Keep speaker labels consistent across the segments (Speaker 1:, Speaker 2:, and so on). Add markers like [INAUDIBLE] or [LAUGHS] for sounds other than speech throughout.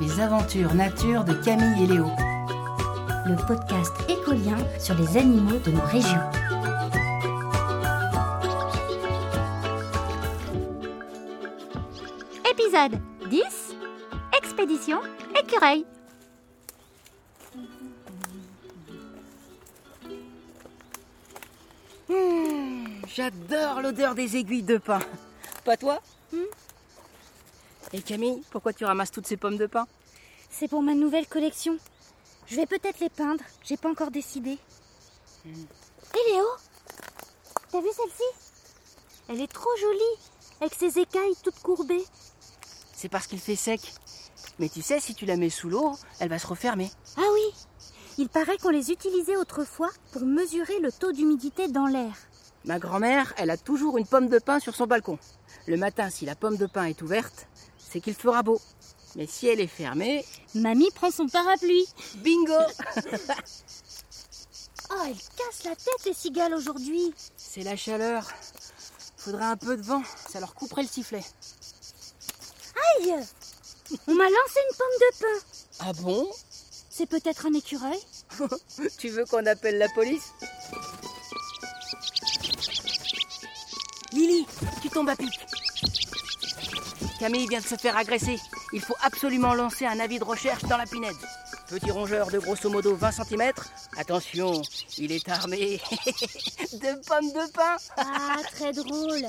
Speaker 1: les aventures nature de Camille et Léo.
Speaker 2: le podcast écolien sur les animaux de nos régions.
Speaker 3: Épisode 10 Expédition écureuil.
Speaker 4: J'adore l'odeur des aiguilles de pain. Pas toi Et Camille, pourquoi tu ramasses toutes ces pommes de pain
Speaker 2: C'est pour ma nouvelle collection. Je vais peut-être les peindre, j'ai pas encore décidé. Et Léo T'as vu celle-ci Elle est trop jolie, avec ses écailles toutes courbées.
Speaker 4: C'est parce qu'il fait sec. Mais tu sais, si tu la mets sous l'eau, elle va se refermer.
Speaker 2: Ah oui Il paraît qu'on les utilisait autrefois pour mesurer le taux d'humidité dans l'air.
Speaker 4: Ma grand-mère, elle a toujours une pomme de pain sur son balcon. Le matin, si la pomme de pain est ouverte, c'est qu'il fera beau. Mais si elle est fermée,
Speaker 2: Mamie prend son parapluie.
Speaker 4: bingo
Speaker 2: Oh, elle casse la tête les cigales aujourd'hui.
Speaker 4: [LAUGHS] C'est la chaleur. Faudrait un peu de vent, ça leur couperait le sifflet.
Speaker 2: Aïe On m'a lancé une pomme de pain.
Speaker 4: Ah bon
Speaker 2: C'est peut-être un écureuil
Speaker 4: Tu veux qu'on appelle la police Lily, tu tombes à pic. Camille vient de se faire agresser. Il faut absolument lancer un avis de recherche dans la pinède. Petit rongeur de grosso modo 20 cm. Attention, il est armé [LAUGHS] de pommes de pain.
Speaker 2: Ah, très drôle.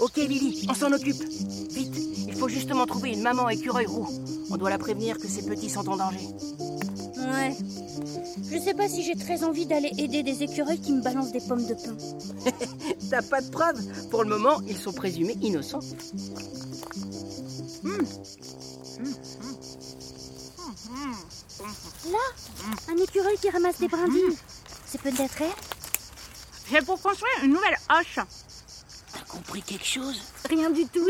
Speaker 4: Ok Lily, on s'en occupe. Vite, il faut justement trouver une maman écureuil roux. On doit la prévenir que ses petits sont en danger.
Speaker 2: Ouais. Je sais pas si j'ai très envie d'aller aider des écureuils qui me balancent des pommes de pain.
Speaker 4: T'as pas de preuves. Pour le moment, ils sont présumés innocents.
Speaker 2: Un écureuil qui ramasse des brindilles.
Speaker 3: Ah.
Speaker 2: C'est peut-être elle
Speaker 5: C'est pour construire une nouvelle hoche.
Speaker 4: T'as compris quelque chose
Speaker 2: Rien du tout.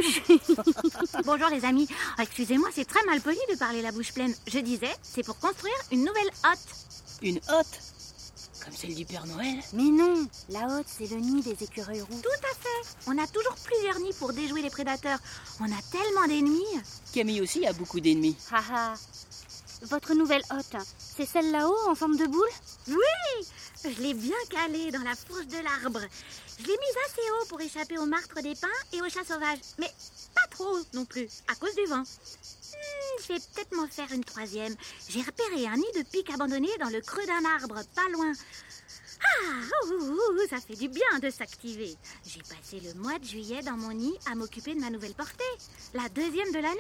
Speaker 3: [LAUGHS] Bonjour les amis. Ah, Excusez-moi, c'est très mal poli de parler la bouche pleine. Je disais, c'est pour construire une nouvelle hotte.
Speaker 4: Une hotte Comme celle du Père Noël
Speaker 2: Mais non, la haute, c'est le nid des écureuils roux.
Speaker 3: Tout à fait. On a toujours plusieurs nids pour déjouer les prédateurs. On a tellement d'ennemis.
Speaker 4: Camille aussi a beaucoup d'ennemis.
Speaker 2: Haha. Votre nouvelle hôte, c'est celle là-haut en forme de boule
Speaker 3: Je l'ai bien calée dans la fourche de l'arbre. Je l'ai mise assez haut pour échapper aux martres des pins et aux chats sauvages. Mais pas trop non plus, à cause du vent. Hmm, je vais peut-être m'en faire une troisième. J'ai repéré un nid de pique abandonné dans le creux d'un arbre, pas loin. Ah, ouh, ouh, ouh, ça fait du bien de s'activer. J'ai passé le mois de juillet dans mon nid à m'occuper de ma nouvelle portée, la deuxième de l'année.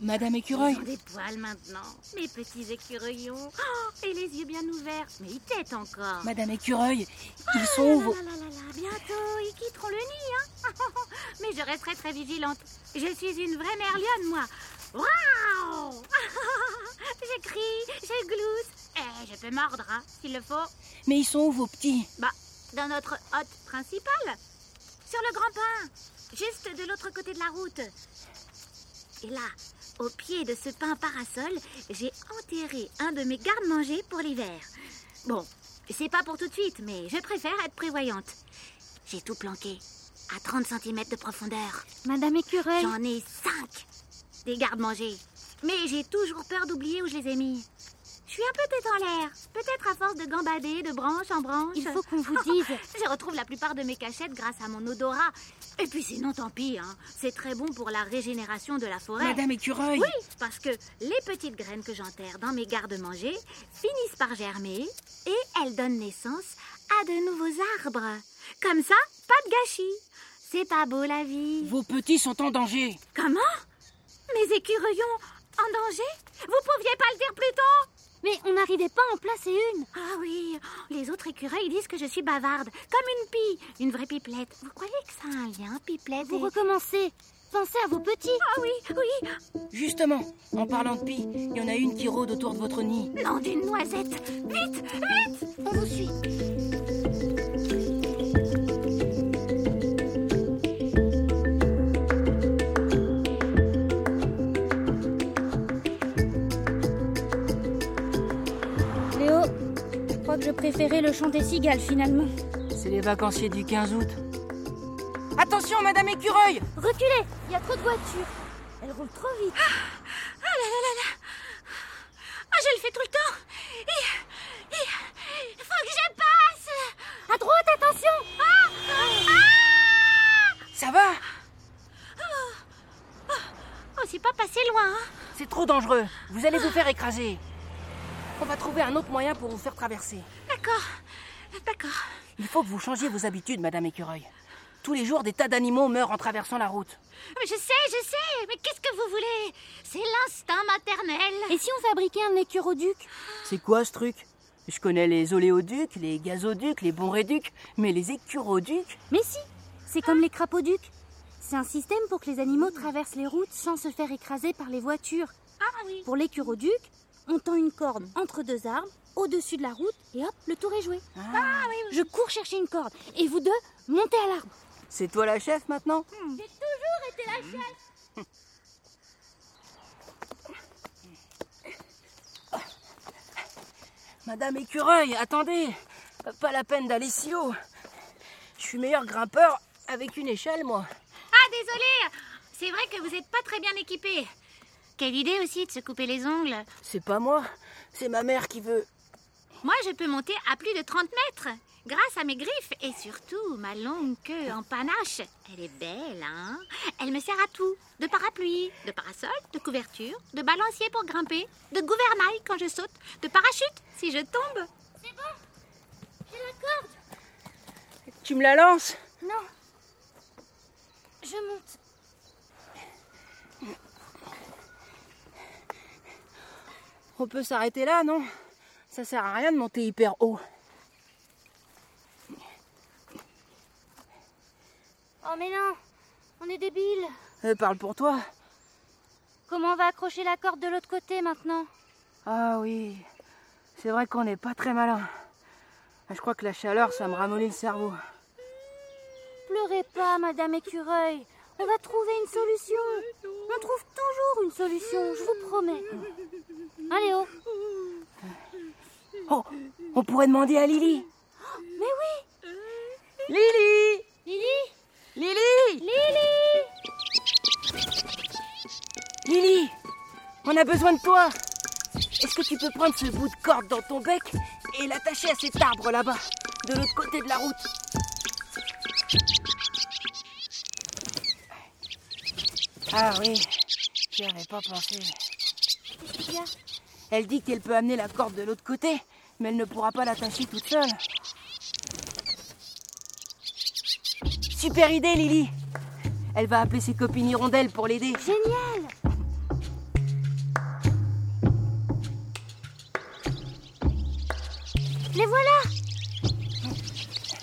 Speaker 4: Madame Écureuil
Speaker 3: Ils ont des poils maintenant, mes petits écureuillons. Oh, et les yeux bien ouverts, mais ils têtent encore.
Speaker 4: Madame Écureuil Ils sont
Speaker 3: Oh
Speaker 4: où vos-
Speaker 3: là là là là, bientôt, ils quitteront le nid, hein [LAUGHS] Mais je resterai très vigilante. Je suis une vraie merlionne, moi. Waouh [LAUGHS] Je crie, je glousse, et je peux mordre, hein, s'il le faut, Bah,
Speaker 4: Mais ils sont où vos petits
Speaker 3: dans notre hôte principale, sur le grand pin, juste de l'autre côté de la route. Et là, au pied de ce pin parasol, j'ai enterré un de mes gardes-manger pour l'hiver. Bon, c'est pas pour tout de suite, mais je préfère être prévoyante. J'ai tout planqué, à 30 cm de profondeur.
Speaker 2: Madame écureuil.
Speaker 3: J'en ai cinq des gardes-manger. Mais j'ai toujours peur d'oublier où je les ai mis. Je suis un peu tête en l'air, peut-être à force de gambader de branche en branche.
Speaker 2: Il faut qu'on vous
Speaker 3: [LAUGHS]
Speaker 2: dise.
Speaker 3: Je retrouve la plupart de mes cachettes grâce à mon odorat. Et puis sinon, tant pis, hein. c'est très bon pour la régénération de la forêt.
Speaker 4: Madame Écureuil
Speaker 3: Oui, parce que les petites graines que j'enterre dans mes gardes-manger finissent par germer et elles donnent naissance à de nouveaux arbres. Comme ça, pas de gâchis. C'est pas beau la vie.
Speaker 4: Vos petits sont en danger
Speaker 3: Comment Mes écureuillons en danger Vous pouviez pas le dire plus tôt
Speaker 2: Mais on n'arrivait pas à en placer une.
Speaker 3: Ah oui, les autres écureuils disent que je suis bavarde, comme une pie, une vraie pipelette. Vous croyez que ça a un lien, pipelette
Speaker 2: Vous
Speaker 3: et-
Speaker 2: recommencez. Pensez à vos petits.
Speaker 3: Ah oui, oui,
Speaker 4: Justement, en parlant de pie, il y en a une qui rôde autour de votre nid.
Speaker 3: nom d'une noisette Vite, vite
Speaker 2: On vous suit. Léo, je crois que je préférais le chant des cigales finalement.
Speaker 4: C'est les vacanciers du 15 août. Attention, Madame Écureuil
Speaker 2: Reculez, il y a trop de voitures. Elles roulent trop vite.
Speaker 3: Ah, je le fais tout le temps. Il, il- faut que je passe.
Speaker 2: À droite, attention
Speaker 3: Ah,
Speaker 4: Ça va
Speaker 3: ah. Oh, c'est pas passé loin. hein.
Speaker 4: C'est trop dangereux. Vous allez vous faire écraser. On va trouver un autre moyen pour vous faire traverser.
Speaker 3: D'accord, d'accord.
Speaker 4: Il faut que vous changiez vos habitudes, Madame Écureuil. Tous les jours, des tas d'animaux meurent en traversant la route.
Speaker 3: Mais Je sais, je sais. Mais qu'est-ce que vous voulez C'est l'instinct maternel.
Speaker 2: Et si on fabriquait un écuroduc
Speaker 4: C'est quoi ce truc Je connais les oléoducs, les gazoducs, les bonréducs, mais les écuroducs
Speaker 2: Mais si C'est comme les crapauducs. C'est un système pour que les animaux traversent les routes sans se faire écraser par les voitures.
Speaker 3: Ah oui.
Speaker 2: Pour l'écuroduc, on tend une corde entre deux arbres, au-dessus de la route, et hop, le tour est joué.
Speaker 3: Ah oui,
Speaker 2: Je cours chercher une corde, et vous deux, montez à l'arbre.
Speaker 4: C'est toi la chef maintenant
Speaker 2: Hmm. J'ai toujours été la chef
Speaker 4: Madame Écureuil, attendez Pas la peine d'aller si haut. Je suis meilleur grimpeur avec une échelle, moi.
Speaker 3: Ah, désolé C'est vrai que vous n'êtes pas très bien équipé. Quelle idée aussi de se couper les ongles.
Speaker 4: C'est pas moi, c'est ma mère qui veut.
Speaker 3: Moi, je peux monter à plus de 30 mètres grâce à mes griffes et surtout ma longue queue en panache. Elle est belle, hein Elle me sert à tout. De parapluie, de parasol, de couverture, de balancier pour grimper, de gouvernail quand je saute, de parachute si je tombe.
Speaker 2: J'ai la corde
Speaker 4: Tu me la lances
Speaker 2: Non Je monte.
Speaker 4: On peut s'arrêter là, non Ça sert à rien de monter hyper haut.
Speaker 2: Oh mais non On est débiles
Speaker 4: Euh, parle pour toi.
Speaker 2: Comment on va accrocher la corde de l'autre côté maintenant
Speaker 4: Ah oui, c'est vrai qu'on n'est pas très malin. Je crois que la chaleur, ça me ramollit le cerveau.
Speaker 2: Pleurez pas, Madame Écureuil. On va trouver une solution. On trouve toujours une solution, je vous promets. Allez, oh
Speaker 4: Oh, on pourrait demander à Lily.
Speaker 2: Mais oui
Speaker 4: Lily
Speaker 2: Lily
Speaker 4: Lily
Speaker 2: Lily
Speaker 4: Lily On a besoin de toi Est-ce que tu peux prendre ce bout de corde dans ton bec et l'attacher à cet arbre là-bas, de l'autre côté de la route Ah oui, j'y avais pas pensé.
Speaker 2: Qu'est-ce qu'il y a
Speaker 4: Elle dit qu'elle peut amener la corde de l'autre côté, mais elle ne pourra pas l'attacher toute seule. Super idée, Lily Elle va appeler ses copines hirondelles pour l'aider.
Speaker 2: Génial Les voilà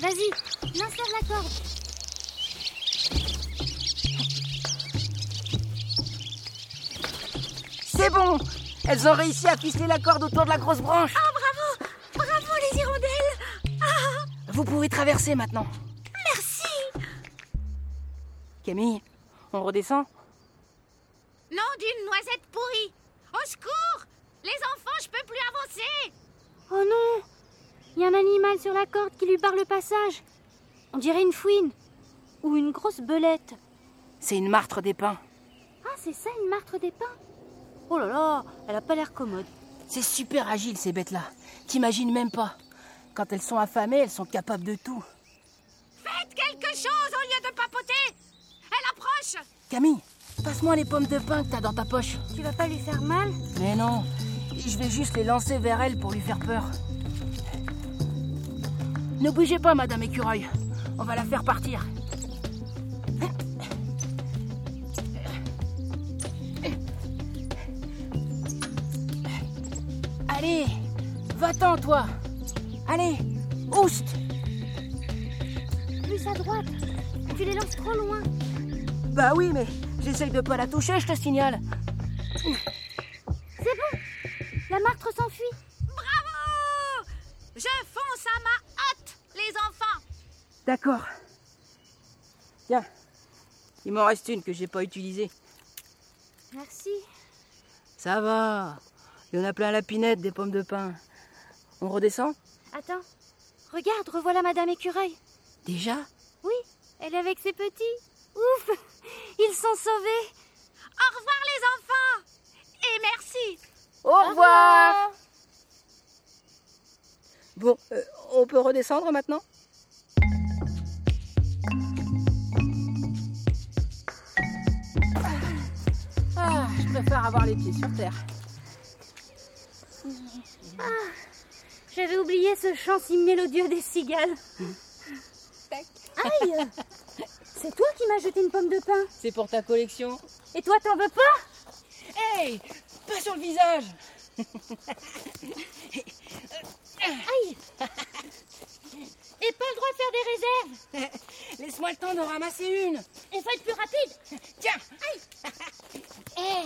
Speaker 2: Vas-y, insère la corde.
Speaker 4: C'est bon Elles ont réussi à ficeler la corde autour de la grosse branche.
Speaker 3: Oh, Bravo les hirondelles Ah.
Speaker 4: Vous pouvez traverser maintenant.
Speaker 3: Merci
Speaker 4: Camille, on redescend
Speaker 3: Nom d'une noisette pourrie Au secours Les enfants, je peux plus avancer
Speaker 2: Oh non Il y a un animal sur la corde qui lui barre le passage. On dirait une fouine. Ou une grosse belette.
Speaker 4: C'est une martre des pins.
Speaker 2: Ah, c'est ça une martre des pins Oh là là, elle a pas l'air commode.
Speaker 4: C'est super agile ces bêtes-là. T'imagines même pas. Quand elles sont affamées, elles sont capables de tout.
Speaker 3: Faites quelque chose au lieu de papoter Elle approche
Speaker 4: Camille, passe-moi les pommes de pin que t'as dans ta poche.
Speaker 2: Tu vas pas lui faire mal
Speaker 4: Mais non, je vais juste les lancer vers elle pour lui faire peur. Ne bougez pas, Madame Écureuil. On va la faire partir. Allez, va-t'en, toi. Allez, oust.
Speaker 2: Plus à droite. Tu les lances trop loin.
Speaker 4: Bah oui, mais j'essaye de pas la toucher, je te signale.
Speaker 2: C'est bon La martre s'enfuit.
Speaker 3: Bravo Je fonce à ma hâte, les enfants
Speaker 4: D'accord. Tiens, il m'en reste une que j'ai pas utilisée.
Speaker 2: Merci.
Speaker 4: Ça va. Il y en a plein à la pinette, des pommes de pin. On redescend
Speaker 2: Attends. Regarde, revoilà Madame Écureuil.
Speaker 4: Déjà
Speaker 2: Oui, elle est avec ses petits. Ouf Ils sont sauvés
Speaker 6: Au revoir les enfants Et merci
Speaker 4: Au revoir Bon, euh, on peut redescendre maintenant Ah, je préfère avoir les pieds sur terre.
Speaker 2: J'avais oublié ce chant si mélodieux des cigales. Aïe C'est toi qui m'as jeté une pomme de pain.
Speaker 4: C'est pour ta collection
Speaker 2: Et toi, t'en veux pas
Speaker 4: Hey Pas sur le visage
Speaker 6: Et pas le droit de faire des réserves
Speaker 4: Laisse-moi le temps d'en ramasser une
Speaker 6: Il faut être plus rapide Eh,
Speaker 4: Tiens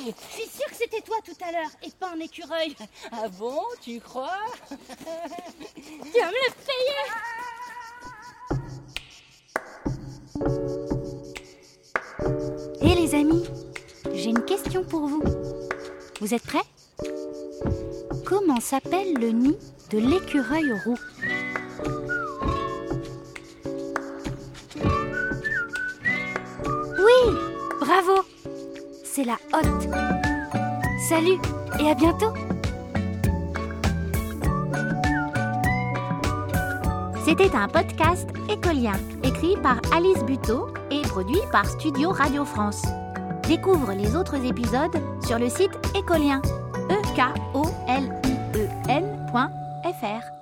Speaker 6: Je suis sûre que c'était toi tout à l'heure et pas un écureuil
Speaker 4: Ah bon, tu crois
Speaker 6: Tu vas me le payer
Speaker 2: Eh les amis, j'ai une question pour vous. Vous êtes prêts Comment s'appelle le nid de l'écureuil roux Oui Bravo C'est la hotte Salut et à bientôt
Speaker 3: C'était un podcast écolien, écrit par Alice Buteau et produit par Studio Radio France. Découvre les autres épisodes sur le site écolien, e k o l i e -N .fr.